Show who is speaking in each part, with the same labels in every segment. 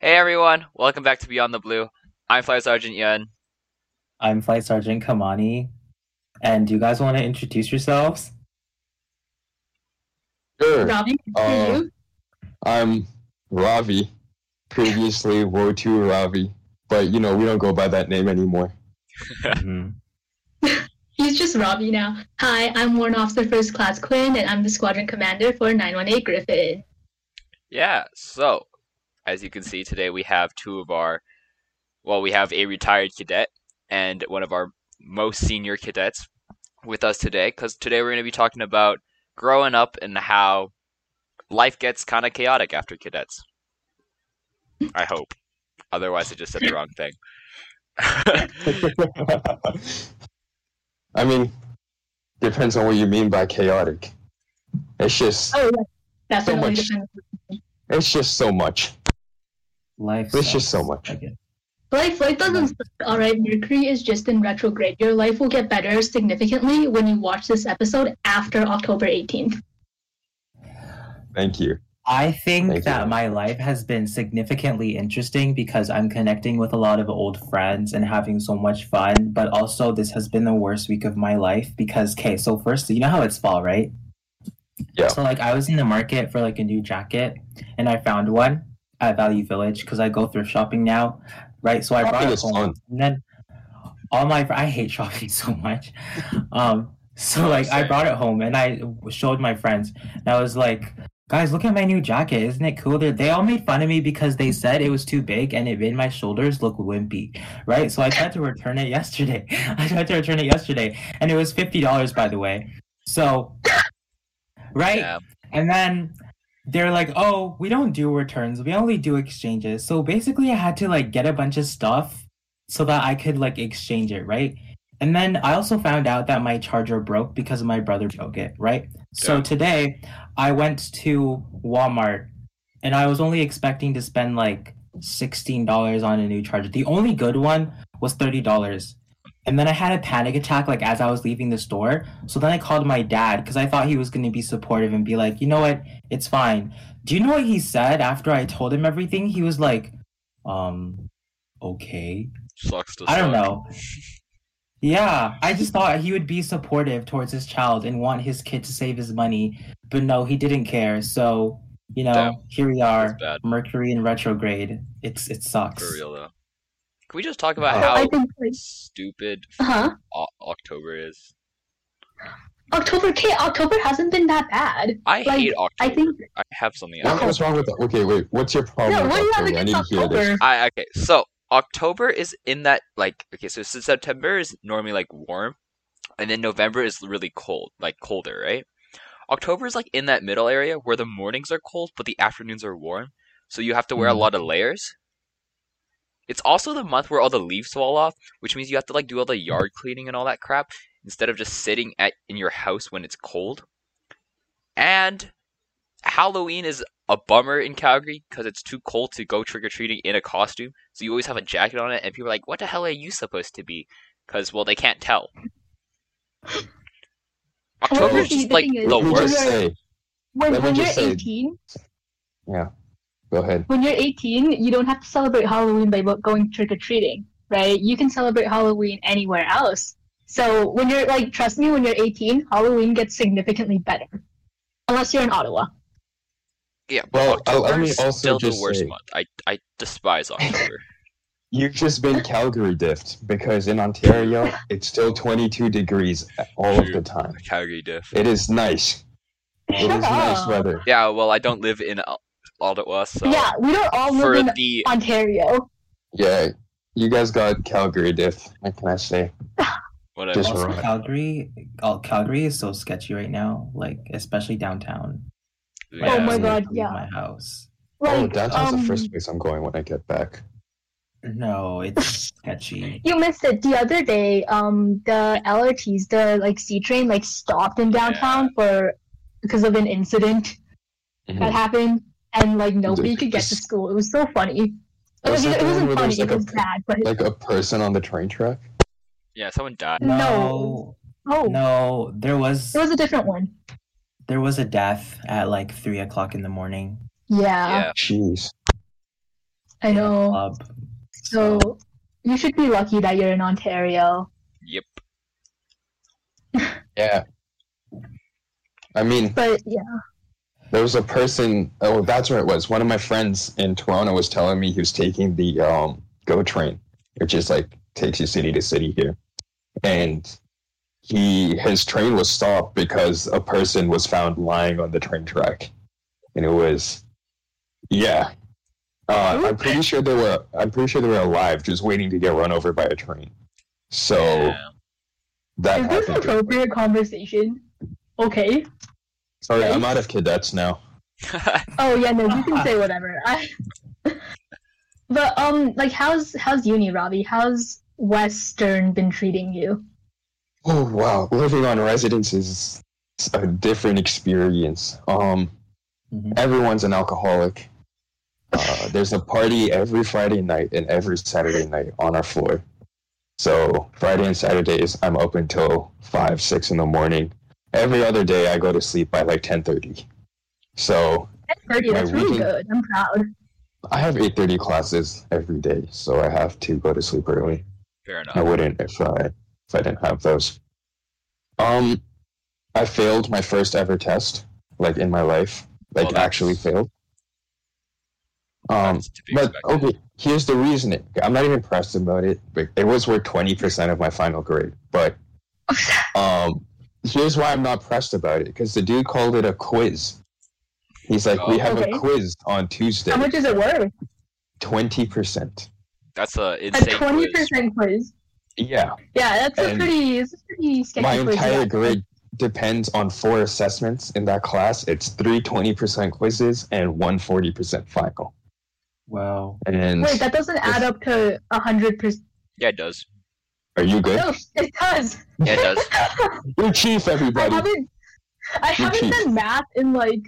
Speaker 1: Hey everyone, welcome back to Beyond the Blue. I'm Flight Sergeant Yun.
Speaker 2: I'm Flight Sergeant Kamani. And do you guys want to introduce yourselves?
Speaker 3: Sure.
Speaker 4: Robin,
Speaker 3: Uh,
Speaker 4: you?
Speaker 3: I'm Ravi. Previously, Wotu Ravi. But, you know, we don't go by that name anymore. Mm-hmm.
Speaker 2: Mhm.
Speaker 4: He's just Robbie now. Hi, I'm Warrant Officer First Class Quinn, and I'm the Squadron Commander for 918 Griffin.
Speaker 1: Yeah, so as you can see today we have two of our well, we have a retired cadet and one of our most senior cadets with us today cuz today we're going to be talking about growing up and how life gets kind of chaotic after cadets. I hope. Otherwise I just said the wrong thing.
Speaker 3: I mean, depends on what you mean by chaotic. It's just,
Speaker 4: Oh, yeah. That's
Speaker 3: So
Speaker 4: so
Speaker 3: much. it's just so much.
Speaker 2: Life.
Speaker 3: It's just
Speaker 2: sucks.
Speaker 3: so much.
Speaker 2: Okay.
Speaker 4: Life, life doesn't suck, all right? Mercury is just in retrograde. Your life will get better significantly when you watch this episode after October 18th.
Speaker 3: Thank you.
Speaker 2: I think
Speaker 3: Thank you.
Speaker 2: that my life has been significantly interesting because I'm connecting with a lot of old friends and having so much fun. But also, this has been the worst week of my life because, okay, so first, you know how it's fall, right?
Speaker 3: Yeah.
Speaker 2: So, like, I was in the market for like a new jacket and I found one at Value Village because I go thrift shopping now, right? So I brought
Speaker 3: Shopping
Speaker 2: it
Speaker 3: is
Speaker 2: home.
Speaker 3: fun.
Speaker 2: And then all my, I hate shopping so much. Um, so like I brought it home and I showed my friends and I was like, guys, look at my new jacket. Isn't it cool? They, they all made fun of me because they said it was too big and it made my shoulders look wimpy, right? So I tried to return it yesterday. I tried to return it yesterday and it was $50, by the way. So, right?
Speaker 1: Yeah.
Speaker 2: And then they're like, oh, we don't do returns. We only do exchanges. So basically, I had to like get a bunch of stuff so that I could like exchange it, right? And then I also found out that my charger broke because my brother broke it, right? So
Speaker 1: Yeah.
Speaker 2: today I went to Walmart and I was only expecting to spend like $16 on a new charger. The only good one was $30. And then I had a panic attack like as I was leaving the store. So then I called my dad because I thought he was going to be supportive and be like, you know what? It's fine. Do you know what he said after I told him everything? He was like, um, okay.
Speaker 1: Sucks to
Speaker 2: I don't
Speaker 1: suck.
Speaker 2: know. Yeah, I just thought he would be supportive towards his child and want his kid to save his money, but no, he didn't care. So, you know,
Speaker 1: Damn.
Speaker 2: here we
Speaker 1: That's
Speaker 2: are,
Speaker 1: bad
Speaker 2: Mercury in retrograde. It's it sucks.
Speaker 1: for real though. Can we just talk about
Speaker 3: Oh.
Speaker 4: So I
Speaker 1: how
Speaker 4: think, like,
Speaker 1: stupid
Speaker 4: huh?
Speaker 1: O- October is.
Speaker 4: October, okay, October hasn't been that bad.
Speaker 1: I
Speaker 4: Like,
Speaker 1: hate
Speaker 4: I
Speaker 1: October. I,
Speaker 4: think,
Speaker 1: have something else.
Speaker 3: What, what's wrong with that? Okay, wait. What's your problem?
Speaker 4: no,
Speaker 3: with
Speaker 4: what do you have
Speaker 3: October? I need
Speaker 4: against
Speaker 3: to hear this.
Speaker 4: October?
Speaker 1: I okay. So October is in that like okay. So, so September is normally like warm, and then November is really cold, like colder, right? October is like in that middle area where the mornings are cold but the afternoons are warm, so you have to wear a
Speaker 2: Mhm.
Speaker 1: lot of layers. It's also the month where all the leaves fall off, which means you have to like do all the yard cleaning and all that crap instead of just sitting at in your house when it's cold. And Halloween is a bummer in Calgary because it's too cold to go trick or treating in a costume. So you always have a jacket on it, and people are like, "What the hell are you supposed to be?" Because well, they can't tell. October
Speaker 4: Well,
Speaker 1: is just
Speaker 4: the
Speaker 1: like
Speaker 4: thing is-
Speaker 1: the
Speaker 3: Let me just
Speaker 1: worst.
Speaker 3: say. Let
Speaker 4: When,
Speaker 3: me
Speaker 4: when you're
Speaker 3: just say-
Speaker 4: 18,
Speaker 3: Yeah. Go ahead.
Speaker 4: when you're 18, you don't have to celebrate Halloween by bo- going trick or treating, right? You can celebrate Halloween anywhere else. So when you're like, trust me, when you're 18, Halloween gets significantly better, unless you're in Ottawa.
Speaker 1: Yeah,
Speaker 3: Well, Oh, I- let
Speaker 1: October
Speaker 3: me
Speaker 1: is
Speaker 3: also
Speaker 1: still the
Speaker 3: just
Speaker 1: worst
Speaker 3: say-
Speaker 1: month. I I despise October.
Speaker 3: You've just been Calgary diffed because in Ontario it's still 22 degrees all of the time.
Speaker 1: Calgary diff.
Speaker 3: It is nice. It is
Speaker 4: Shut
Speaker 3: nice uh,
Speaker 4: up.
Speaker 3: weather.
Speaker 1: Yeah, well, I don't live in Al- Ottawa, so
Speaker 4: yeah, we don't all
Speaker 1: for
Speaker 4: live in
Speaker 1: the
Speaker 4: Ontario.
Speaker 3: Yeah, you guys got Calgary diffed. What can I say?
Speaker 1: whatever.
Speaker 3: Just-
Speaker 2: Also,
Speaker 3: right.
Speaker 2: Calgary, oh, Calgary is so sketchy right now. Like, especially downtown.
Speaker 1: Yeah.
Speaker 4: Oh my
Speaker 2: I
Speaker 4: God,
Speaker 2: leave
Speaker 4: yeah.
Speaker 2: My house.
Speaker 4: Like,
Speaker 3: oh, downtown's
Speaker 4: um,
Speaker 3: the first place I'm going when I get back.
Speaker 2: No, it's sketchy.
Speaker 4: You missed it the other day. Um, the LRTs, the like C train, Mm-hmm. like stopped in downtown for because of an incident that happened. and like nobody could get to
Speaker 3: Ridiculous.
Speaker 4: school. It was so funny. It,
Speaker 3: Was
Speaker 4: was,
Speaker 3: that
Speaker 4: it
Speaker 3: the one
Speaker 4: wasn't
Speaker 3: where there's,
Speaker 4: funny. It
Speaker 3: like, a-
Speaker 4: was bad, but
Speaker 3: Like a person on the train track.
Speaker 1: Yeah, someone died.
Speaker 2: No,
Speaker 4: oh,
Speaker 2: no, there was
Speaker 4: it was a different one.
Speaker 2: there was a death at like three o'clock in the morning.
Speaker 4: Yeah,
Speaker 1: Yeah.
Speaker 3: Jeez.
Speaker 4: I
Speaker 2: in a
Speaker 4: know.
Speaker 2: club.
Speaker 4: So you should be lucky that you're in Ontario.
Speaker 1: Yep.
Speaker 3: Yeah. I mean,
Speaker 4: But yeah,
Speaker 3: there was a person. Oh, that's where it was. One of my friends in Toronto was telling me he was taking the um, GO train, which is like takes you city to city here, and he his train was stopped because a person was found lying on the train track, and it was, yeah. Uh, I'm pretty sure they were. I'm pretty sure they were alive, just waiting to get run over by a train. So
Speaker 1: Yeah.
Speaker 3: that
Speaker 4: is this
Speaker 3: happened.
Speaker 4: appropriate conversation? Okay.
Speaker 3: Sorry, I'm out of cadets now.
Speaker 4: Oh yeah, no, you can say whatever. I... but um, like, how's how's uni, Robbie? How's Western been treating you?
Speaker 3: Oh wow, living on residence is a different experience. Um,
Speaker 2: Mhm.
Speaker 3: everyone's an alcoholic. Uh, there's a party every Friday night and every Saturday night on our floor. So Friday and Saturdays, I'm up until five, six in the morning. Every other day, I go to sleep by like ten thirty. So
Speaker 4: That's pretty.
Speaker 3: My
Speaker 4: That's really
Speaker 3: weekend-
Speaker 4: good. I'm proud.
Speaker 3: I have eight thirty classes every day, so I have to go to sleep early.
Speaker 1: Fair enough.
Speaker 3: I wouldn't if I if I didn't have those. Um, I failed my first ever test, like in my life,
Speaker 4: Oh,
Speaker 3: like
Speaker 1: Well, that's-
Speaker 3: actually failed. Um,
Speaker 1: That's to be
Speaker 3: but
Speaker 1: expected.
Speaker 3: okay, here's the reasoning. I'm not even pressed about it. But it was worth twenty percent of my final grade, but um, here's why I'm not pressed about it because the dude called it a quiz. He's like, we have
Speaker 4: Okay.
Speaker 3: a quiz on Tuesday,
Speaker 4: How much is it worth?
Speaker 3: twenty percent.
Speaker 1: That's a
Speaker 4: A
Speaker 1: insane
Speaker 4: twenty
Speaker 1: quiz.
Speaker 4: percent quiz.
Speaker 3: Yeah,
Speaker 4: Yeah, that's a
Speaker 3: And
Speaker 4: pretty. It's a pretty sketchy
Speaker 3: my
Speaker 4: quiz.
Speaker 3: entire
Speaker 4: yeah.
Speaker 3: grade depends on four assessments in that class. It's three 20% quizzes and one 40% final.
Speaker 2: Wow.
Speaker 3: And
Speaker 4: Wait, that doesn't add up to a hundred percent.
Speaker 1: Yeah, it does.
Speaker 3: are you good?
Speaker 4: No, it does.
Speaker 1: Yeah, it does.
Speaker 3: You're chief,
Speaker 4: I
Speaker 3: everybody.
Speaker 4: haven't I haven't
Speaker 3: cheat.
Speaker 4: done math in like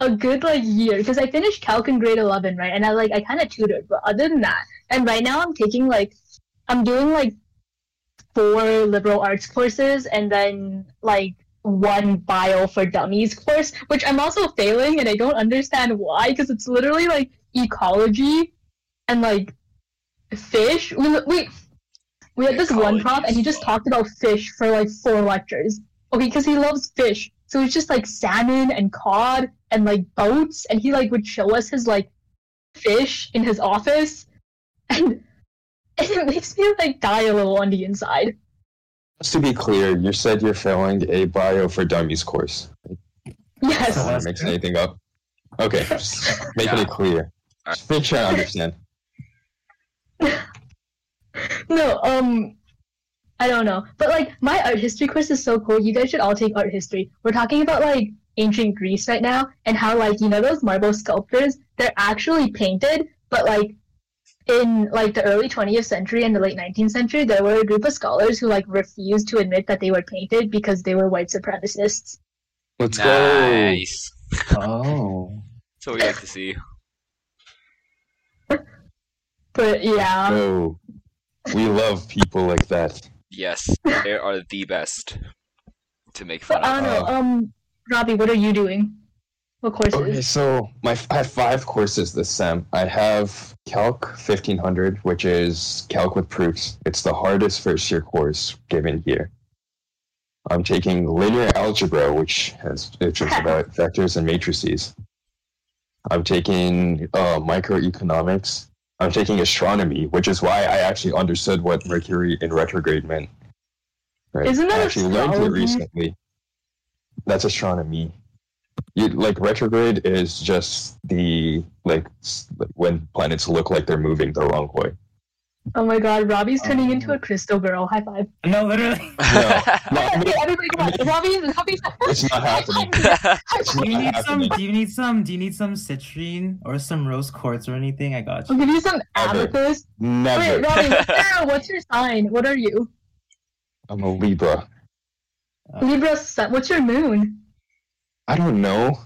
Speaker 4: a good like year because I finished calc in grade eleven, right? And I like I kind of tutored, but other than that, and right now I'm taking like I'm doing like four liberal arts courses and then like one bio for dummies course, which I'm also failing, and I don't understand why because it's literally like ecology and like fish. We we we had this one prof, and he just
Speaker 1: Ecology's
Speaker 4: talked about fish for like four lectures. Okay, because he loves fish, so it's just like salmon and cod and like boats, and he like would show us his like fish in his office, and and it makes me like die a little on the inside.
Speaker 3: Just to be clear, you said you're failing a bio for dummies course.
Speaker 4: Yes.
Speaker 3: No one makes anything up. Okay, just making it clear. Just make sure I understand.
Speaker 4: No, um, I don't know. But like, my art history course is so cool. You guys should all take art history. We're talking about like ancient Greece right now and how like, you know, those marble sculptures, they're actually painted, but like in like the early 20th century and the late 19th century, there were a group of scholars who like refused to admit that they were painted because they were white supremacists.
Speaker 3: Let's go.
Speaker 1: nice.
Speaker 2: Oh.
Speaker 1: That's what we like to see.
Speaker 4: But yeah,
Speaker 3: Go. We love people like that.
Speaker 1: Yes, they are the best to make fun
Speaker 4: but I
Speaker 1: of.
Speaker 4: don't know. Um, Robbie, what are you doing? What
Speaker 3: Okay,
Speaker 4: courses?
Speaker 3: so my I have five courses this sem. I have Calc fifteen hundred, which is Calc with proofs. It's the hardest first year course given here. I'm taking linear algebra, which has which is about vectors and matrices. I'm taking uh, microeconomics. I'm taking astronomy, which is why I actually understood what Mercury in retrograde meant. Right?
Speaker 4: Isn't that
Speaker 3: I actually learned it
Speaker 4: astrology?
Speaker 3: recently. That's astronomy you like retrograde is just the like s- like, when planets look like they're moving the wrong way.
Speaker 4: Oh my god, Robbie's turning into a crystal girl. High five.
Speaker 2: No, literally.
Speaker 3: No,
Speaker 4: Okay, everybody, come on. Robbie, Robbie,
Speaker 3: it's not happening. It's
Speaker 2: Do
Speaker 3: not
Speaker 2: you need some?
Speaker 3: happening.
Speaker 2: Do you need some? Do you need some citrine or some rose quartz or anything? I got
Speaker 4: I'll
Speaker 2: you.
Speaker 4: give you some
Speaker 3: Ever.
Speaker 4: amethyst. Wait,
Speaker 3: Never.
Speaker 4: Robbie, Sarah, what's your sign? What are you?
Speaker 3: I'm a Libra.
Speaker 2: Uh,
Speaker 4: Libra sun. What's your moon?
Speaker 3: I don't know.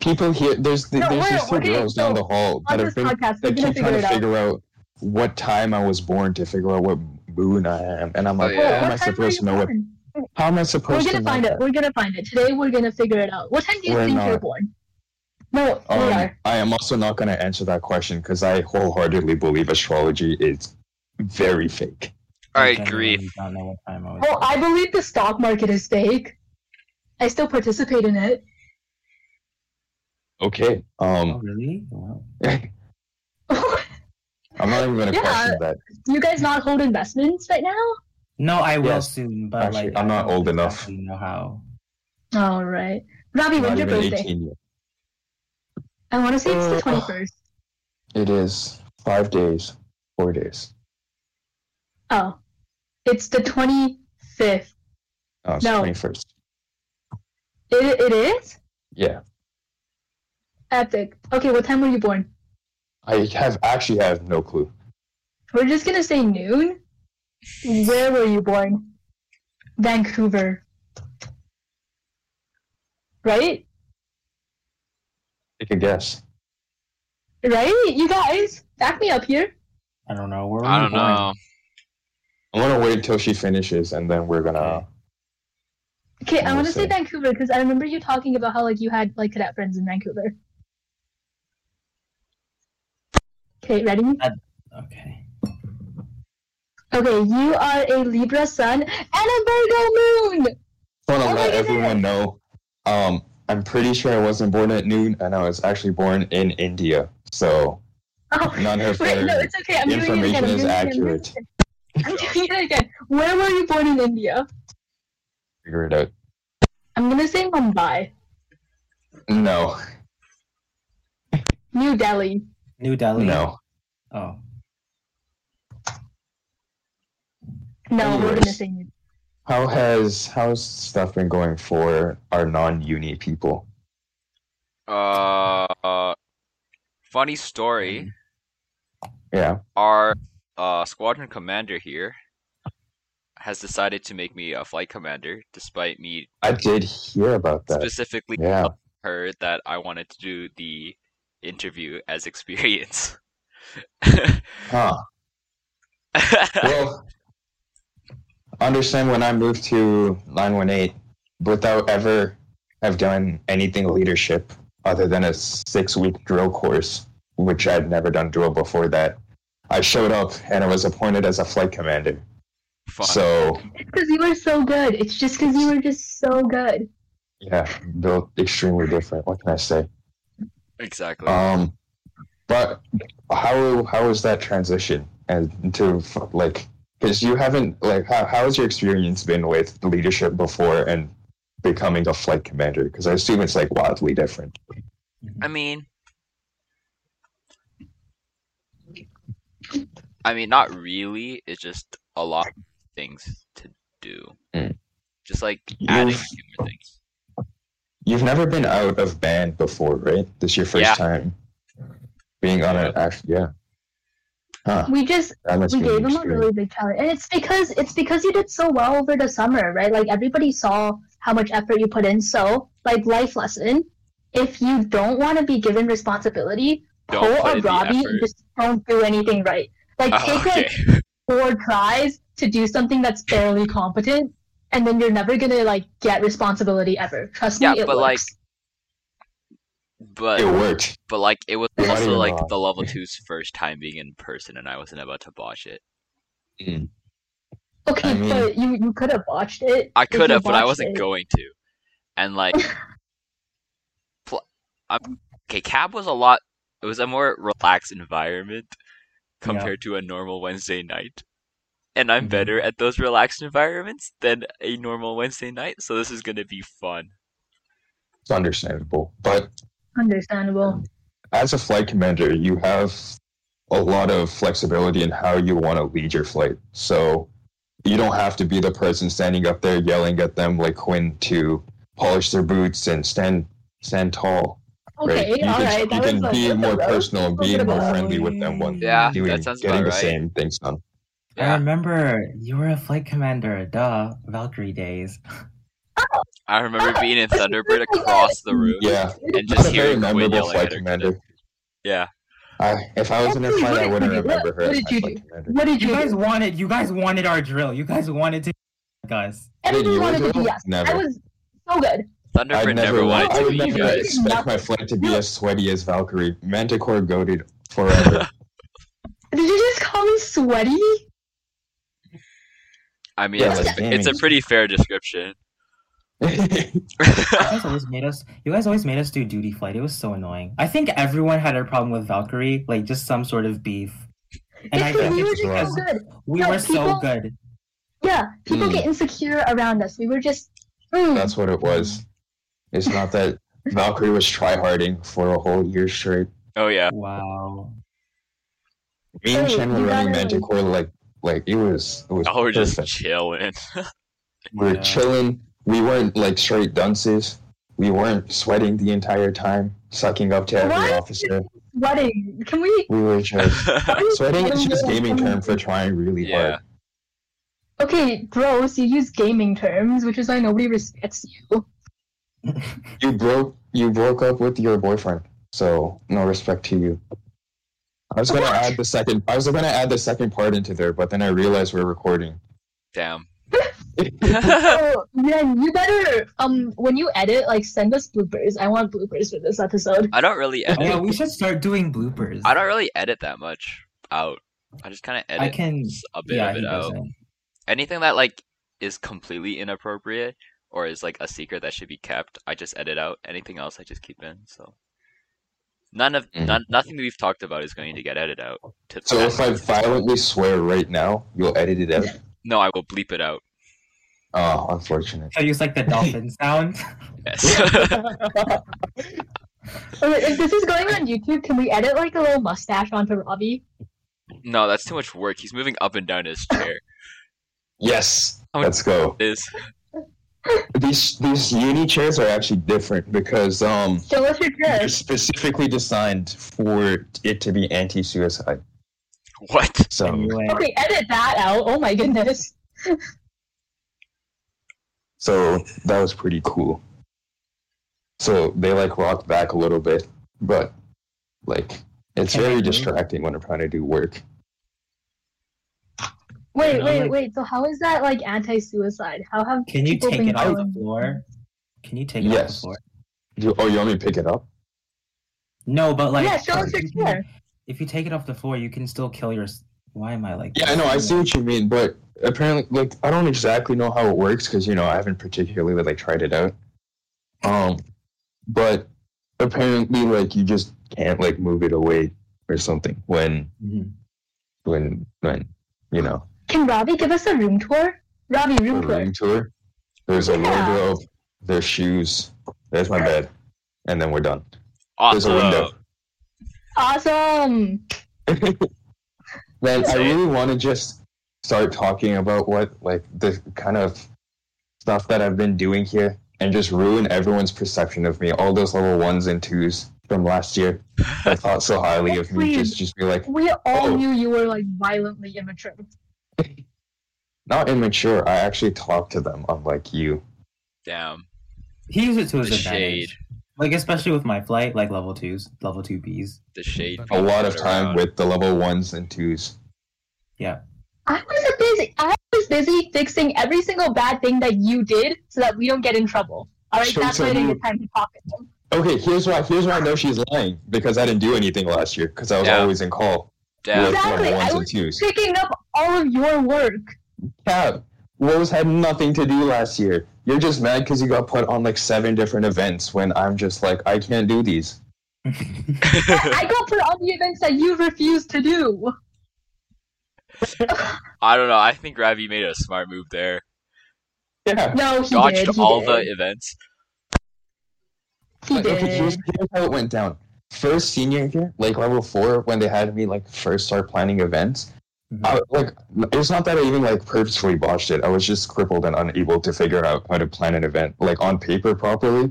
Speaker 3: people here. There's the,
Speaker 4: No,
Speaker 3: there's
Speaker 4: we're-
Speaker 3: these two
Speaker 4: okay,
Speaker 3: girls down
Speaker 4: so
Speaker 3: the hall that
Speaker 4: On
Speaker 3: have
Speaker 4: this
Speaker 3: been
Speaker 4: podcast,
Speaker 3: I
Speaker 4: we're gonna
Speaker 3: keep trying
Speaker 4: figure it
Speaker 3: to
Speaker 4: out.
Speaker 3: figure out what time I was born to figure out what moon I am, and I'm
Speaker 1: Oh,
Speaker 3: like,
Speaker 1: yeah.
Speaker 3: how am I
Speaker 4: What time were
Speaker 3: supposed
Speaker 4: you
Speaker 3: to know what?
Speaker 4: born?
Speaker 3: How am I
Speaker 4: We're
Speaker 3: supposed
Speaker 4: gonna
Speaker 3: to
Speaker 4: find
Speaker 3: know
Speaker 4: it. We're gonna find it. Today we're gonna figure it out. What time do you
Speaker 3: We're
Speaker 4: think you're
Speaker 3: not.
Speaker 4: born? No,
Speaker 3: that?
Speaker 4: we
Speaker 3: Um,
Speaker 4: are.
Speaker 3: I am also not going to answer that question because I wholeheartedly believe astrology is very fake.
Speaker 1: I
Speaker 2: genuinely
Speaker 1: agree.
Speaker 2: Don't know what time I was.
Speaker 4: Well, I believe the stock market is fake. I still participate in it.
Speaker 3: Okay.
Speaker 2: Oh
Speaker 3: Um,
Speaker 2: really? Wow.
Speaker 3: I'm not even going to
Speaker 4: Yeah.
Speaker 3: question that.
Speaker 4: you guys not hold investments right now?
Speaker 2: No, I will
Speaker 3: Yes.
Speaker 2: soon, but
Speaker 3: Actually,
Speaker 2: like
Speaker 3: I'm
Speaker 2: I
Speaker 3: not
Speaker 2: don't
Speaker 3: old enough.
Speaker 2: exactly Know how?
Speaker 4: All right. Robbie,
Speaker 3: I'm
Speaker 4: when's
Speaker 3: not
Speaker 4: your
Speaker 3: even
Speaker 4: birthday?
Speaker 3: 18 yet.
Speaker 4: I want to say it's the
Speaker 3: Uh,
Speaker 4: 21st.
Speaker 3: It is five days, four days.
Speaker 4: Oh, it's the 25th.
Speaker 3: Oh, it's
Speaker 4: No.
Speaker 3: 21st.
Speaker 4: It, it is?
Speaker 3: Yeah.
Speaker 4: Epic. Okay, what time were you born?
Speaker 3: I have actually have no clue.
Speaker 4: We're just going to say noon. Where were you born? Vancouver. Right?
Speaker 3: Take a guess.
Speaker 4: Right? You guys, back me up here.
Speaker 2: I don't know. Where were
Speaker 1: I
Speaker 2: you
Speaker 1: don't
Speaker 2: born?
Speaker 1: know.
Speaker 3: I'm gonna wait until she finishes, and then we're gonna.
Speaker 4: Okay, I
Speaker 3: I
Speaker 4: want to
Speaker 3: would
Speaker 4: say
Speaker 3: say-
Speaker 4: Vancouver because I remember you talking about how like you had like cadet friends in Vancouver. Okay, ready?
Speaker 2: Okay.
Speaker 4: Okay, you are a Libra sun and a Virgo moon.
Speaker 3: I want to
Speaker 4: Oh my
Speaker 3: let
Speaker 4: goodness.
Speaker 3: everyone know. Um, I'm pretty sure I wasn't born at noon, and I was actually born in India. So
Speaker 4: Oh,
Speaker 3: None of
Speaker 4: wait, no,
Speaker 3: her
Speaker 4: it's okay. I'm doing it again.
Speaker 3: information
Speaker 4: I'm
Speaker 3: is
Speaker 4: doing it again.
Speaker 3: accurate.
Speaker 4: I'm doing it again. Where were you born in India?
Speaker 3: Figure it out.
Speaker 4: I'm gonna say Mumbai,
Speaker 3: No,
Speaker 4: New Delhi.
Speaker 2: New Delhi.
Speaker 3: no.
Speaker 2: Oh.
Speaker 4: No, we're gonna
Speaker 3: Anyways.
Speaker 4: say New.
Speaker 3: How has how's stuff been going for our non-uni people?
Speaker 1: Uh, uh, funny
Speaker 3: Mm-hmm.
Speaker 1: story.
Speaker 3: Yeah.
Speaker 1: Our uh, squadron commander here has decided to make me a flight commander, despite me
Speaker 3: I did hear about that.
Speaker 1: specifically
Speaker 3: Yeah.
Speaker 1: heard that I wanted to do the interview as experience.
Speaker 3: Huh. well, understand when I moved to 918, without ever have done anything leadership other than a six week drill course, which I'd never done drill before that, I showed up and I was appointed as a flight commander.
Speaker 1: Fun.
Speaker 3: So,
Speaker 4: Because you were so good. It's just because you were just so good.
Speaker 3: yeah, built extremely different. What can I say?
Speaker 1: exactly.
Speaker 3: Um, but how how was that transition and to like because you haven't like how how has your experience been with leadership before and becoming a flight commander? Because I assume it's like wildly different.
Speaker 1: I mean, I mean, not really. It's just a lot of things to do.
Speaker 3: Mm.
Speaker 1: Just like
Speaker 3: You've-
Speaker 1: adding two more things.
Speaker 3: You've never been out of band before, right? This is your first
Speaker 1: Yeah.
Speaker 3: time being on an actual yeah. Huh,
Speaker 4: We just
Speaker 3: that must
Speaker 4: we
Speaker 3: be an
Speaker 4: gave him a
Speaker 3: experience.
Speaker 4: really big challenge, and it's because it's because you did so well over the summer, right? Like everybody saw how much effort you put in. So, like life lesson: if you don't want to be given responsibility,
Speaker 1: Don't
Speaker 4: pull
Speaker 1: put in
Speaker 4: a
Speaker 1: the
Speaker 4: Robbie
Speaker 1: effort.
Speaker 4: and just don't do anything right. Like
Speaker 1: Oh,
Speaker 4: take like
Speaker 1: okay.
Speaker 4: four tries to do something that's barely competent, and then you're never gonna like get responsibility ever. Trust
Speaker 1: Yeah,
Speaker 4: me, it
Speaker 1: but, like,
Speaker 4: works.
Speaker 1: But
Speaker 3: It worked.
Speaker 1: but like it was
Speaker 3: Why do
Speaker 1: also
Speaker 3: you
Speaker 1: like
Speaker 3: not?
Speaker 1: the level two's first time being in person, and I wasn't about to botch it.
Speaker 4: okay,
Speaker 3: I mean-
Speaker 4: but you you could have watched it.
Speaker 1: I
Speaker 4: if you
Speaker 1: could have, but I
Speaker 4: watched
Speaker 1: wasn't
Speaker 4: it.
Speaker 1: going to. And like, pl- I'm, okay, cab was a lot. It was a more relaxed environment
Speaker 2: Yeah.
Speaker 1: compared to a normal Wednesday night. And I'm
Speaker 4: Mm-hmm.
Speaker 2: Mhm.
Speaker 1: better at those relaxed environments than a normal Wednesday night, so this is gonna be fun.
Speaker 3: It's understandable, but
Speaker 4: Understandable.
Speaker 3: as a flight commander, you have a lot of flexibility in how you want to lead your flight. So you don't have to be the person standing up there yelling at them like Quinn to polish their boots and stand stand tall.
Speaker 4: Okay,
Speaker 3: right? You
Speaker 4: all
Speaker 3: can,
Speaker 4: right.
Speaker 3: you
Speaker 4: that
Speaker 3: can
Speaker 4: was
Speaker 3: be
Speaker 4: like,
Speaker 3: more
Speaker 4: what the road?
Speaker 3: personal and
Speaker 4: Look
Speaker 3: be
Speaker 4: at
Speaker 3: more
Speaker 4: that.
Speaker 3: friendly with them when
Speaker 1: Oh, Yeah,
Speaker 3: doing
Speaker 1: that sounds
Speaker 3: getting
Speaker 1: about
Speaker 3: the
Speaker 1: right.
Speaker 3: same things done.
Speaker 2: I remember you were a flight commander, duh, Valkyrie days.
Speaker 1: I remember being in Thunderbird across the room.
Speaker 3: Yeah,
Speaker 1: And
Speaker 3: not
Speaker 1: just
Speaker 3: a very
Speaker 1: hearing Quinn
Speaker 3: memorable
Speaker 1: yelling
Speaker 3: flight
Speaker 1: at her.
Speaker 3: commander.
Speaker 1: Yeah.
Speaker 3: I, if I was in a
Speaker 4: Actually,
Speaker 3: flight,
Speaker 4: what
Speaker 3: I wouldn't
Speaker 4: did you do?
Speaker 3: remember her as
Speaker 4: What did
Speaker 3: my
Speaker 4: you
Speaker 3: flight
Speaker 4: do?
Speaker 3: commander.
Speaker 4: What did you,
Speaker 2: You guys
Speaker 4: do?
Speaker 2: wanted you guys wanted our drill. You guys wanted to guys.
Speaker 3: Did
Speaker 4: Everyone
Speaker 3: you
Speaker 4: wanted to
Speaker 3: do?
Speaker 4: be us. I
Speaker 3: Never.
Speaker 4: was so good.
Speaker 1: Thunderbird
Speaker 3: I
Speaker 1: never,
Speaker 3: never
Speaker 1: wanted
Speaker 3: I
Speaker 1: to
Speaker 3: would
Speaker 1: be
Speaker 3: never
Speaker 1: good.
Speaker 3: expect my flight to be as sweaty as Valkyrie. Manticore goaded forever.
Speaker 4: Did you just call me sweaty?
Speaker 1: I mean,
Speaker 3: Yeah,
Speaker 1: it's,
Speaker 3: like,
Speaker 1: a, it's a
Speaker 3: damn.
Speaker 1: pretty fair description.
Speaker 2: You guys always made us. You guys always made us do duty flight. It was so annoying. I think everyone had a problem with Valkyrie, like just some sort of beef. And I
Speaker 4: It's because
Speaker 2: think
Speaker 4: we were
Speaker 2: it's
Speaker 4: just
Speaker 3: wrong.
Speaker 2: because
Speaker 4: so good.
Speaker 2: we
Speaker 4: No,
Speaker 2: were so
Speaker 4: people-
Speaker 2: good.
Speaker 4: Yeah, people
Speaker 3: Mm.
Speaker 4: get insecure around us. We were just. Mm.
Speaker 3: That's what it was. It's not that Valkyrie was tryharding for a whole year straight.
Speaker 1: Oh yeah.
Speaker 2: Wow.
Speaker 3: Me and
Speaker 4: Hey,
Speaker 3: Chen were
Speaker 4: you
Speaker 3: running
Speaker 4: gotta-
Speaker 3: Manticore like like it was it was
Speaker 1: Oh, we're just
Speaker 3: perfect.
Speaker 1: chilling.
Speaker 3: we were
Speaker 2: Yeah.
Speaker 3: chilling. We weren't like straight dunces. We weren't sweating the entire time, sucking up to every
Speaker 4: What?
Speaker 3: officer.
Speaker 4: Sweating. Can we?
Speaker 3: We were just sweating is
Speaker 4: Sweating
Speaker 3: just
Speaker 4: is-
Speaker 3: gaming term for trying really
Speaker 1: Yeah.
Speaker 3: hard.
Speaker 4: Okay, gross. You use gaming terms, which is why nobody respects you.
Speaker 3: You broke you broke up with your boyfriend, so no respect to you. I was gonna
Speaker 4: What?
Speaker 3: add the second I was gonna add the second part into there, but then I realized we're recording.
Speaker 1: Damn.
Speaker 4: Oh man, you better um when you edit, like send us bloopers. I want bloopers for this episode.
Speaker 1: I don't really
Speaker 2: Oh,
Speaker 1: edit.
Speaker 2: yeah, we should start doing bloopers.
Speaker 1: I don't really edit that much out. I just kind of edit
Speaker 2: I can.
Speaker 1: s- a bit
Speaker 2: Yeah,
Speaker 1: of
Speaker 2: he
Speaker 1: it out.
Speaker 2: doesn't.
Speaker 1: Anything that like is completely inappropriate or is like a secret that should be kept, I just edit out. Anything else, I just keep in. So none of
Speaker 3: Mhm.
Speaker 1: none, nothing that we've talked about is going to get edited out. To
Speaker 3: So if I violently swear right now, you'll edit it out.
Speaker 1: no, I will bleep it out.
Speaker 3: Oh, unfortunate.
Speaker 2: I use like the dolphin sound.
Speaker 1: Yes.
Speaker 4: Okay, if this is going on YouTube, can we edit like a little mustache onto Robbie?
Speaker 1: no, that's too much work. He's moving up and down his chair.
Speaker 3: Yes.
Speaker 1: Oh.
Speaker 3: Let's go.
Speaker 1: Is
Speaker 3: These these uni chairs are actually different because um
Speaker 4: Show us your
Speaker 3: they're
Speaker 4: dress.
Speaker 3: specifically designed for it to be anti-suicide.
Speaker 1: what?
Speaker 3: So
Speaker 2: Anyway,
Speaker 4: Okay, edit that out. Oh my goodness.
Speaker 3: So that was pretty cool. So they like rocked back a little bit, but like it's
Speaker 2: Can I
Speaker 3: very
Speaker 2: move?
Speaker 3: distracting when I'm trying to do work.
Speaker 4: Wait,
Speaker 2: Yeah,
Speaker 4: wait,
Speaker 2: like-
Speaker 4: wait. So how is that like anti-suicide? How have
Speaker 2: can you
Speaker 4: people
Speaker 2: take
Speaker 4: been
Speaker 2: it off the
Speaker 4: going-
Speaker 2: floor? Can you take it off the
Speaker 3: Yes.
Speaker 2: floor?
Speaker 3: You, oh, you want me to pick it up?
Speaker 2: No, but like mm-hmm.
Speaker 4: yeah, show us your chair.
Speaker 2: if you take it off the floor, you can still kill your. Why am I like?
Speaker 3: Yeah, I know. I see what you mean, but apparently, like, I don't exactly know how it works because you know I haven't particularly like tried it out. Um, but apparently, like, you just can't like move it away or something when
Speaker 2: Mhm.
Speaker 3: when when you know
Speaker 4: Can Robbie give us a room tour? Robbie,
Speaker 3: a
Speaker 4: room tour.
Speaker 3: room tour. There's a
Speaker 4: Yeah.
Speaker 3: wardrobe. There's shoes. There's my bed, and then we're done. There's
Speaker 1: Awesome.
Speaker 3: a window.
Speaker 4: Awesome.
Speaker 3: Man, I really want to just start talking about what like the kind of stuff that I've been doing here, and just ruin everyone's perception of me. All those level ones and twos from last year that thought so highly of me. Just, just be like,
Speaker 4: We all
Speaker 3: Oh.
Speaker 4: knew you were like violently immature.
Speaker 3: not immature. I actually talk to them. unlike you.
Speaker 1: Damn.
Speaker 2: He used it to his
Speaker 1: The shade.
Speaker 2: advantage. Like especially with my flight, like level twos, level two Bs.
Speaker 1: The shade.
Speaker 3: A lot of
Speaker 1: people
Speaker 3: time
Speaker 1: around.
Speaker 3: with the level ones and twos.
Speaker 4: I wasn't busy. I was busy fixing every single bad thing that you did so that we don't get in trouble. All right,
Speaker 3: Sure,
Speaker 4: that's
Speaker 3: so
Speaker 4: why I didn't
Speaker 3: you-
Speaker 4: get time to talk to them.
Speaker 3: Okay, here's why. Here's why I know she's lying because I didn't do anything last year because I was
Speaker 1: Yeah.
Speaker 3: always in call.
Speaker 1: Damn.
Speaker 3: with
Speaker 4: Exactly,
Speaker 3: Level
Speaker 4: I
Speaker 3: ones and
Speaker 4: was-
Speaker 3: twos.
Speaker 4: Picking up all of your work.
Speaker 3: Cap, Rose had nothing to do last year. You're just mad because you got put on like seven different events when I'm just like, I can't do these.
Speaker 4: But I got put on the events that you refused to do.
Speaker 1: I don't know. I think Ravi made a smart move there.
Speaker 3: Yeah.
Speaker 4: No, he
Speaker 1: Dodged
Speaker 4: did. He
Speaker 1: all
Speaker 4: did.
Speaker 1: the events.
Speaker 4: He
Speaker 3: Like, okay, here's,
Speaker 4: did.
Speaker 3: here's how it went down. First senior year, like level four, when they had me like first start planning events, I, like it's not that I even like purposefully botched it. I was just crippled and unable to figure out how to plan an event like on paper properly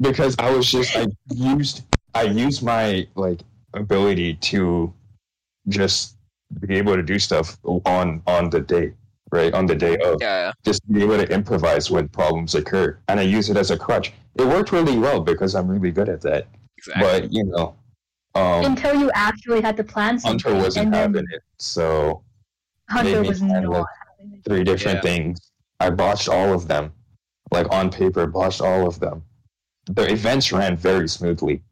Speaker 3: because I was just I used I used my like ability to just be able to do stuff on on the day right? On the day of,
Speaker 1: Yeah.
Speaker 3: just be able to improvise when problems occur. And I use it as a crutch. It worked really well because I'm really good at that.
Speaker 1: Exactly.
Speaker 3: But, you know, um,
Speaker 4: until you actually had to plan something.
Speaker 3: Hunter wasn't
Speaker 4: and then
Speaker 3: having it. So,
Speaker 4: Hunter
Speaker 3: Made me
Speaker 4: was
Speaker 3: plan
Speaker 4: not
Speaker 3: with-
Speaker 4: having it.
Speaker 3: three different
Speaker 1: Yeah.
Speaker 3: things. I botched all of them. Like on paper, botched all of them. The events ran very smoothly.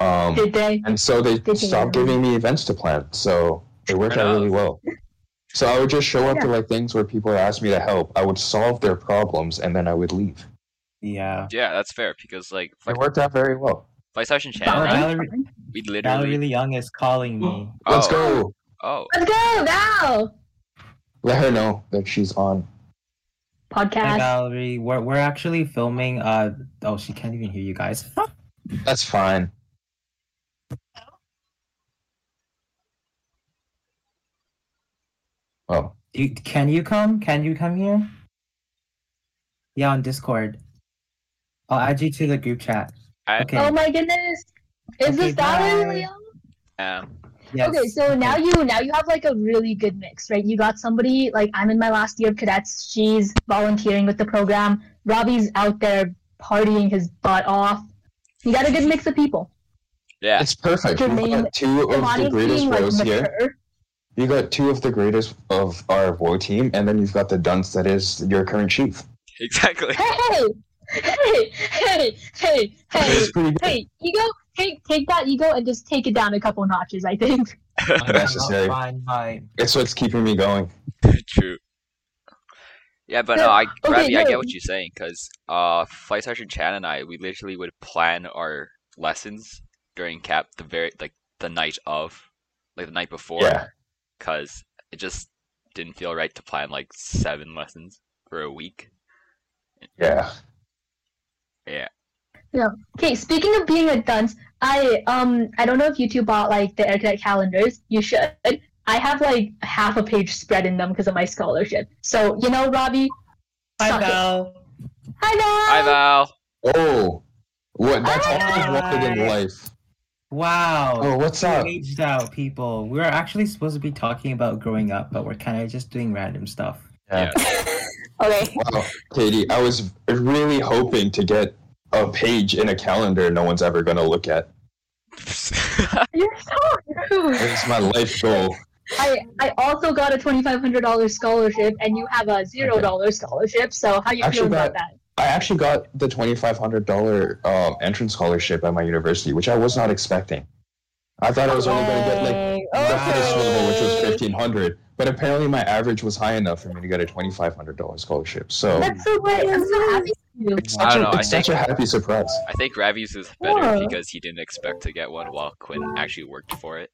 Speaker 3: Um,
Speaker 4: Did they?
Speaker 3: and so they
Speaker 4: Did they
Speaker 3: stopped
Speaker 4: really?
Speaker 3: giving me events to plan. So it worked
Speaker 1: Fair
Speaker 3: out really well. So I would just show up to
Speaker 4: Yeah.
Speaker 3: like things where people asked me to help. I would solve their problems and then I would leave.
Speaker 2: Yeah.
Speaker 1: yeah, that's fair because like
Speaker 3: It
Speaker 1: Vice
Speaker 3: worked out very well.
Speaker 1: Vice and Shannon,
Speaker 2: Alright.
Speaker 1: like,
Speaker 2: Valerie-
Speaker 4: Fine.
Speaker 1: we literally.
Speaker 2: Valerie Young is calling me.
Speaker 1: Oh,
Speaker 3: Let's go.
Speaker 1: Oh,
Speaker 4: Let's go now.
Speaker 3: Let her know that she's on.
Speaker 2: Hi,
Speaker 4: Podcast.
Speaker 2: Valerie. We're we're actually filming. Uh oh, she can't even hear you guys.
Speaker 3: That's fine. Oh,
Speaker 2: You, can you come? Can you come here? Yeah, on Discord. I'll add you to the group chat.
Speaker 1: I-
Speaker 2: okay.
Speaker 4: Oh my goodness. Is
Speaker 2: Okay,
Speaker 4: this Valerie
Speaker 2: bye.
Speaker 4: Leon?
Speaker 1: um,
Speaker 2: Yes.
Speaker 4: Okay, so now you now you have like a really good mix, right? You got somebody like I'm in my last year of cadets. She's volunteering with the program. Robbie's out there partying his butt off. You got a good mix of people.
Speaker 1: yeah,
Speaker 3: it's perfect. You
Speaker 4: Jermaine-
Speaker 3: got two of the
Speaker 4: Imani's
Speaker 3: greatest
Speaker 4: being like
Speaker 3: woes here.
Speaker 4: mature.
Speaker 3: You got two of the greatest of our woe team, and then you've got the dunce that is your current chief.
Speaker 1: exactly.
Speaker 4: Hey, hey, hey, hey, hey.
Speaker 3: It's pretty good.
Speaker 4: Hey, ego, take take that ego and just take it down a couple notches. I think.
Speaker 2: I cannot
Speaker 3: Necessary.
Speaker 2: find mine.
Speaker 3: It's what's keeping me going.
Speaker 1: True. Yeah, but no,
Speaker 4: Yeah,
Speaker 1: I
Speaker 4: okay,
Speaker 1: Ravi, I
Speaker 4: no.
Speaker 1: get what you're saying because uh, Flight Sergeant Chan and I, we literally would plan our lessons during cap the very like the night of, like the night before,
Speaker 3: Yeah.
Speaker 1: because it just didn't feel right to plan like seven lessons for a week.
Speaker 3: Yeah.
Speaker 4: Okay, speaking of being a dunce, I um I don't know if you two bought like the air cadet calendars. You should. I have like half a page spread in them because of my scholarship. So you know, Robbie. suck it.
Speaker 2: Val.
Speaker 4: Hi
Speaker 1: Hi
Speaker 4: Val.
Speaker 1: Val.
Speaker 3: Oh, what? That's
Speaker 4: Oh my
Speaker 3: always
Speaker 2: God.
Speaker 3: wanted in life.
Speaker 2: Wow.
Speaker 3: Oh, what's
Speaker 2: We
Speaker 3: up?
Speaker 2: aged out people. We were actually supposed to be talking about growing up, but we're kind of just doing random stuff.
Speaker 1: Yeah.
Speaker 5: Okay.
Speaker 3: Wow, Katie, I was really hoping to get a page in a calendar no one's ever going to look at.
Speaker 4: You're so rude.
Speaker 3: It's my life goal.
Speaker 4: I I also got a twenty five hundred dollars scholarship, and you have a zero dollar scholarship. So how you
Speaker 3: Actually,
Speaker 4: feeling about
Speaker 3: that-
Speaker 4: that?
Speaker 3: I actually got the $2,500 um, entrance scholarship at my university, which I was not expecting. I thought I was only going to get like the first level, which was 1500 but apparently my average was high enough for me to get a $2,500 scholarship. So
Speaker 4: That's so great. I'm so happy for you.
Speaker 3: um, it's
Speaker 1: I
Speaker 3: such,
Speaker 1: don't
Speaker 3: a,
Speaker 1: know, I
Speaker 3: it's such a happy surprise.
Speaker 1: I think Ravi's is better
Speaker 4: Yeah.
Speaker 1: because he didn't expect to get one while Quinn actually worked for it.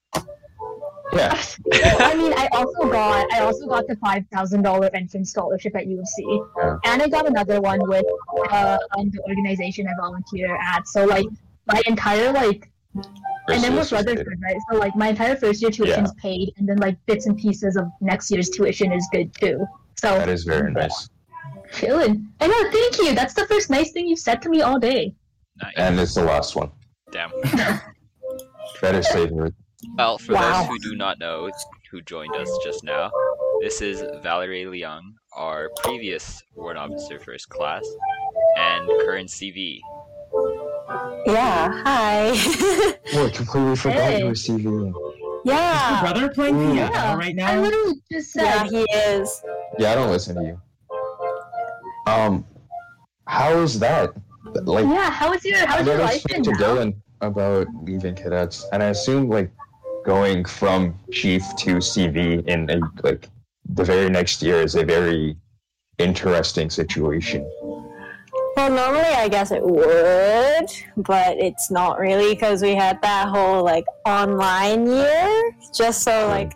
Speaker 3: Yeah.
Speaker 4: I mean, I also got I also got the five thousand dollar entrance scholarship at U of C,
Speaker 3: Yeah.
Speaker 4: and I got another one with uh, um, the organization I volunteer at. So like my entire like, and then with
Speaker 3: Versus-
Speaker 4: Rutherford, right? So like my entire first year tuition is paid, and then like bits and pieces of next year's tuition is good too.
Speaker 3: That
Speaker 4: So
Speaker 3: is very nice.
Speaker 4: chilling. I know. Thank you. That's the first nice thing you've said to me all day.
Speaker 1: Nice.
Speaker 3: And it's the last one.
Speaker 1: Damn.
Speaker 3: Better savor it.
Speaker 1: Well, for
Speaker 5: Wow.
Speaker 1: those who do not know who joined us just now, this is Valerie Leung, our previous Warrant Officer First Class, and current CV.
Speaker 5: Yeah. Hi.
Speaker 3: Oh, I completely forgot
Speaker 4: Hey.
Speaker 3: you were CVing.
Speaker 2: Is your
Speaker 5: yeah.
Speaker 2: brother playing
Speaker 3: Ooh.
Speaker 2: piano
Speaker 4: Yeah,
Speaker 2: right
Speaker 4: I
Speaker 2: now?
Speaker 4: literally just
Speaker 5: Yeah,
Speaker 4: said
Speaker 5: he is.
Speaker 3: Yeah, I don't listen to you. Um, how is that? Like,
Speaker 4: yeah. How is your
Speaker 3: I
Speaker 4: how's your
Speaker 3: never
Speaker 4: life
Speaker 3: spoke
Speaker 4: been
Speaker 3: to
Speaker 4: now?
Speaker 3: Dylan about leaving cadets, and I assume like going from chief to CV in, in like the very next year is a very interesting situation.
Speaker 5: Well, normally I guess it would, but it's not really because we had that whole like online year. Just so like,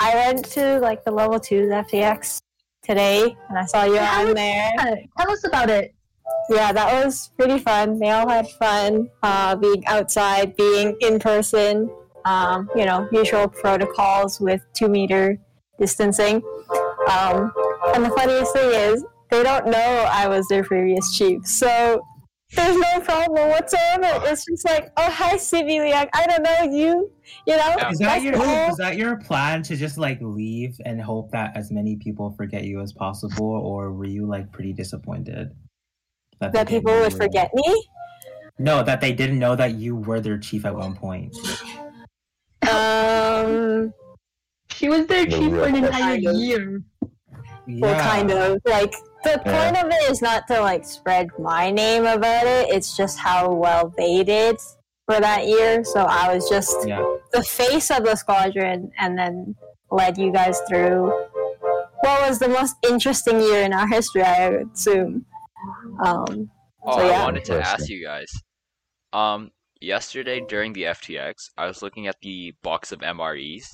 Speaker 5: I went to like the level two FTX today, and I saw you
Speaker 4: Yeah, I
Speaker 5: on
Speaker 4: was-
Speaker 5: there.
Speaker 4: Yeah, tell us about it.
Speaker 5: yeah, that was pretty fun. They all had fun uh, being outside, being in person, um, you know, usual protocols with two meter distancing. Um, and the funniest thing is, they don't know I was their previous chief. So There's no problem whatsoever. It's just like, oh hi, Simi Liang. I don't know you. You know.
Speaker 1: Yeah.
Speaker 2: Is that
Speaker 5: That's
Speaker 2: your
Speaker 5: all.
Speaker 2: is that your plan to just like leave and hope that as many people forget you as possible, or were you like pretty disappointed they
Speaker 5: that
Speaker 2: didn't
Speaker 5: people
Speaker 2: know
Speaker 5: would
Speaker 2: you were-
Speaker 5: forget me.
Speaker 2: No, that they didn't know that you were their chief at one point.
Speaker 5: Um,
Speaker 4: She was their
Speaker 3: The
Speaker 4: chief for an
Speaker 3: real
Speaker 4: entire
Speaker 5: question.
Speaker 4: year.
Speaker 5: well, kind of. Like the
Speaker 3: Yeah.
Speaker 5: point of it is not to like spread my name about it. It's just how well they did for that year. So I was just
Speaker 2: Yeah.
Speaker 5: the face of the squadron, and then led you guys through what was the most interesting year in our history, I would assume. Um,
Speaker 1: Oh,
Speaker 5: So,
Speaker 1: I
Speaker 5: yeah.
Speaker 1: wanted to ask
Speaker 3: Interesting.
Speaker 1: you guys. Um, yesterday during the FTX, I was looking at the box of MREs,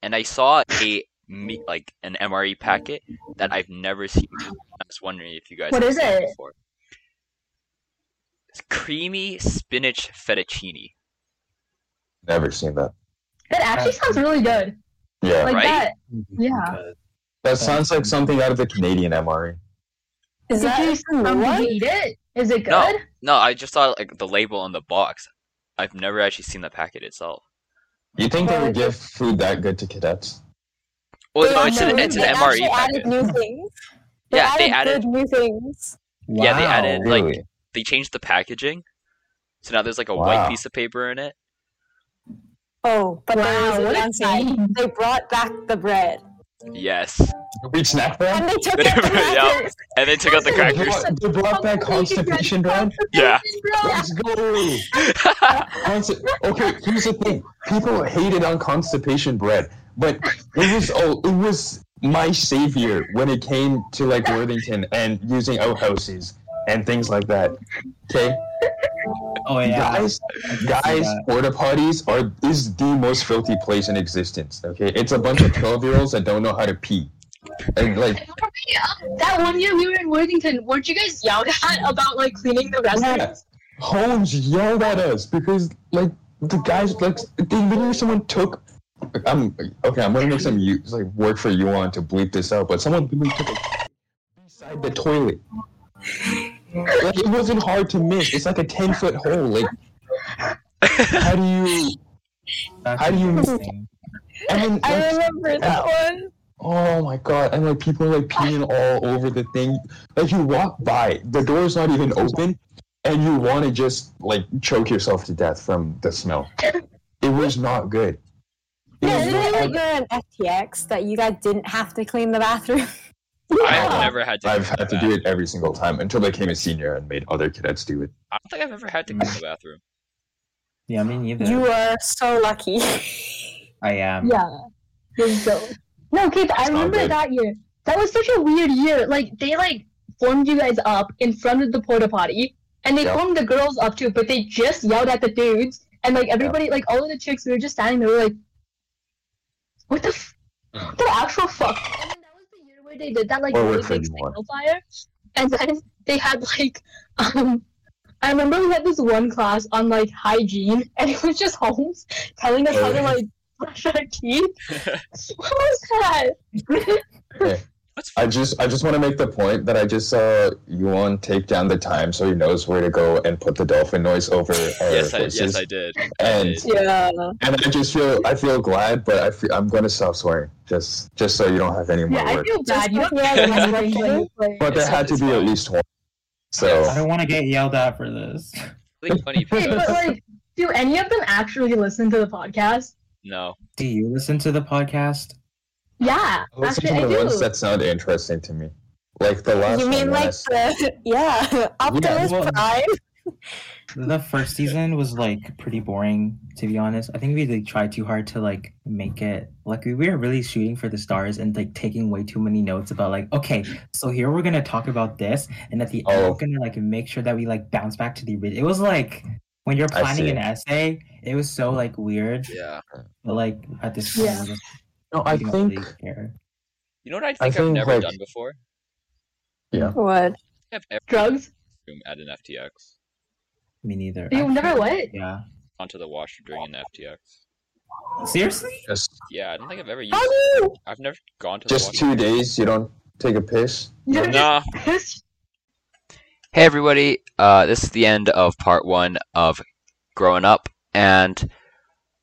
Speaker 1: and I saw a me- like an MRE packet that I've never seen. before. I was wondering if you guys
Speaker 4: What
Speaker 1: have
Speaker 4: is
Speaker 1: seen
Speaker 4: it?
Speaker 1: before. It's creamy spinach fettuccine.
Speaker 3: Never seen that.
Speaker 4: That actually sounds really good.
Speaker 3: Yeah.
Speaker 4: Like
Speaker 1: Right?
Speaker 4: that. Yeah.
Speaker 2: Because-
Speaker 3: That sounds like something out of the Canadian E. MRE.
Speaker 5: is
Speaker 4: Did
Speaker 5: that
Speaker 4: you
Speaker 5: even
Speaker 4: um,
Speaker 5: what?
Speaker 4: did you eat it? Is it good?
Speaker 1: No. No, I just saw like the label on the box. I've never actually seen the packet itself.
Speaker 3: You think they
Speaker 5: Well,
Speaker 3: would give food that good to cadets?
Speaker 1: Well,
Speaker 5: They
Speaker 1: no, it's an,
Speaker 5: actually-
Speaker 1: it's an
Speaker 5: they
Speaker 1: MRE
Speaker 5: actually
Speaker 1: packet.
Speaker 5: added new things. They
Speaker 1: E, Yeah, they
Speaker 5: added good new things.
Speaker 1: Yeah, they
Speaker 2: Wow.
Speaker 1: added- Like-
Speaker 3: Really?
Speaker 1: They changed the packaging, so now there's like a
Speaker 3: Wow.
Speaker 1: white piece of paper in it.
Speaker 5: Oh, but there was
Speaker 4: Wow,
Speaker 5: a
Speaker 4: what a
Speaker 5: downside.
Speaker 4: thing.
Speaker 5: They brought back the bread. Mm.
Speaker 1: Yes.
Speaker 3: we snack them?
Speaker 5: And they took
Speaker 1: Yeah.
Speaker 5: out the crackers.
Speaker 1: And they took out the
Speaker 3: They
Speaker 1: crackers.
Speaker 3: brought- they brought back constipation bread?
Speaker 1: Yeah.
Speaker 3: Let's go! Consti- okay, here's the thing. People hated on constipation bread, but it was oh, it was my savior when it came to like Worthington and using outhouses and things like that. Okay,
Speaker 2: Oh yeah.
Speaker 3: guys, guys, porta potties are is the most filthy place in existence. Okay, it's a bunch of twelve year olds that don't know how to pee, and like
Speaker 4: That one year we were in Worthington, weren't you guys yelled at about like cleaning the
Speaker 3: Yeah.
Speaker 4: restrooms?
Speaker 3: Holmes yelled at us because like the guys like they literally someone took I'm okay, I'm gonna make some u- like work for you on to bleep this out, but someone literally took a beside the toilet. Like it wasn't hard to miss. It's like a ten foot hole. Like how do you
Speaker 2: That's
Speaker 3: how do you-
Speaker 2: interesting.
Speaker 3: and then,
Speaker 5: I
Speaker 3: like,
Speaker 5: remember that one.
Speaker 3: oh my god, and like people are like peeing all over the thing. Like you walk by, the door's not even open, and you wanna just like choke yourself to death from the smell. It was not good. It
Speaker 5: Yeah,
Speaker 3: was
Speaker 5: isn't
Speaker 3: not
Speaker 5: it like
Speaker 3: good.
Speaker 5: you're an FTX that you guys didn't have to clean the bathroom?
Speaker 1: I've never had to.
Speaker 3: I've
Speaker 1: go
Speaker 3: had
Speaker 1: the
Speaker 3: to do
Speaker 1: bathroom.
Speaker 3: it every single time until I became a senior and made other cadets do it.
Speaker 1: I don't think I've ever had to go to the bathroom.
Speaker 2: Yeah, me neither.
Speaker 5: You are so lucky.
Speaker 2: I am.
Speaker 4: Yeah. Let's go. No, kids, I
Speaker 3: Sounds
Speaker 4: remember
Speaker 3: good.
Speaker 4: that year. That was such a weird year. Like they like formed you guys up in front of the porta potty, and they
Speaker 3: Yeah.
Speaker 4: formed the girls up too, but they just yelled at the dudes, and like everybody, like all of the chicks, we were just standing there, we were like, "What the, f-
Speaker 3: Yeah.
Speaker 4: what the actual fuck?" And then that was the year where they did that like
Speaker 3: Or
Speaker 4: really
Speaker 3: work for
Speaker 4: big
Speaker 3: anyone.
Speaker 4: signal fire, and then they had like, um, I remember we had this one class on like hygiene, and it was just Holmes telling us how to like brush our teeth. What was that?
Speaker 1: What's
Speaker 3: I just I just want to make the point that I just saw Yuan take down the time so he knows where to go and put the dolphin noise over our
Speaker 1: yes, I,
Speaker 3: voices.
Speaker 1: yes, I did.
Speaker 3: and
Speaker 5: yeah.
Speaker 3: and I just feel I feel glad, but I feel, I'm gonna stop swearing just just so you don't have any more
Speaker 4: Yeah, I
Speaker 3: words.
Speaker 4: feel bad. You don't
Speaker 5: Yeah,
Speaker 4: have
Speaker 5: that's
Speaker 4: to
Speaker 5: what
Speaker 4: do anything.
Speaker 3: But there
Speaker 1: It's-
Speaker 3: had to
Speaker 1: it's
Speaker 3: be at
Speaker 1: fine.
Speaker 3: least one. So
Speaker 2: I don't want to get yelled at for this.
Speaker 1: Really funny.
Speaker 4: Wait,
Speaker 1: people-
Speaker 4: but like, do any of them actually listen to the podcast?
Speaker 1: No.
Speaker 2: Do you listen to the podcast?
Speaker 4: Yeah,
Speaker 3: listen
Speaker 4: actually,
Speaker 3: to
Speaker 4: I
Speaker 3: the ones
Speaker 4: do.
Speaker 3: that sound interesting to me, like the last
Speaker 5: You mean
Speaker 3: one. when I
Speaker 5: like
Speaker 3: s-
Speaker 5: the yeah Optimus
Speaker 2: well-
Speaker 5: Prime?
Speaker 2: The first season was like pretty boring, to be honest. I think we like tried too hard to like make it like we were really shooting for the stars and like taking way too many notes about like okay, so here we're gonna talk about this, and at the end
Speaker 3: Oh.
Speaker 2: we're gonna like make sure that we like bounce back to the. ori- It was like when you're
Speaker 3: I
Speaker 2: planning
Speaker 3: see.
Speaker 2: an essay, it was so like weird,
Speaker 1: Yeah.
Speaker 2: but like at this point,
Speaker 4: Yeah.
Speaker 2: we just
Speaker 3: No, I
Speaker 2: don't
Speaker 3: think
Speaker 2: really care.
Speaker 1: You know what I think,
Speaker 3: I
Speaker 1: I have
Speaker 3: think,
Speaker 1: never
Speaker 3: like-
Speaker 1: done before?
Speaker 5: What?
Speaker 1: I think I've never
Speaker 4: Drugs?
Speaker 1: room at an FTX.
Speaker 2: me neither.
Speaker 4: You never
Speaker 2: actually.
Speaker 4: what?
Speaker 2: Yeah,
Speaker 1: Onto the washroom during an FTX.
Speaker 2: seriously.
Speaker 3: just
Speaker 1: Yeah, I don't think I've ever used.
Speaker 5: How do you
Speaker 1: I've never gone to
Speaker 3: just
Speaker 1: the
Speaker 3: two days you don't take a piss.
Speaker 4: You're
Speaker 1: washroom. Nah.
Speaker 4: just
Speaker 1: Hey everybody, uh, this is the end of part one of growing up, and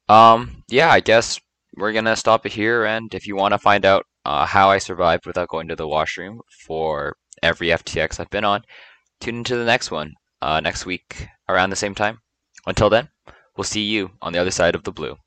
Speaker 1: um, yeah, I guess we're gonna stop it here. And if you want to find out uh, how I survived without going to the washroom for every FTX I've been on, tune into the next one uh, next week around the same time. Until then, we'll see you on the other side of the blue.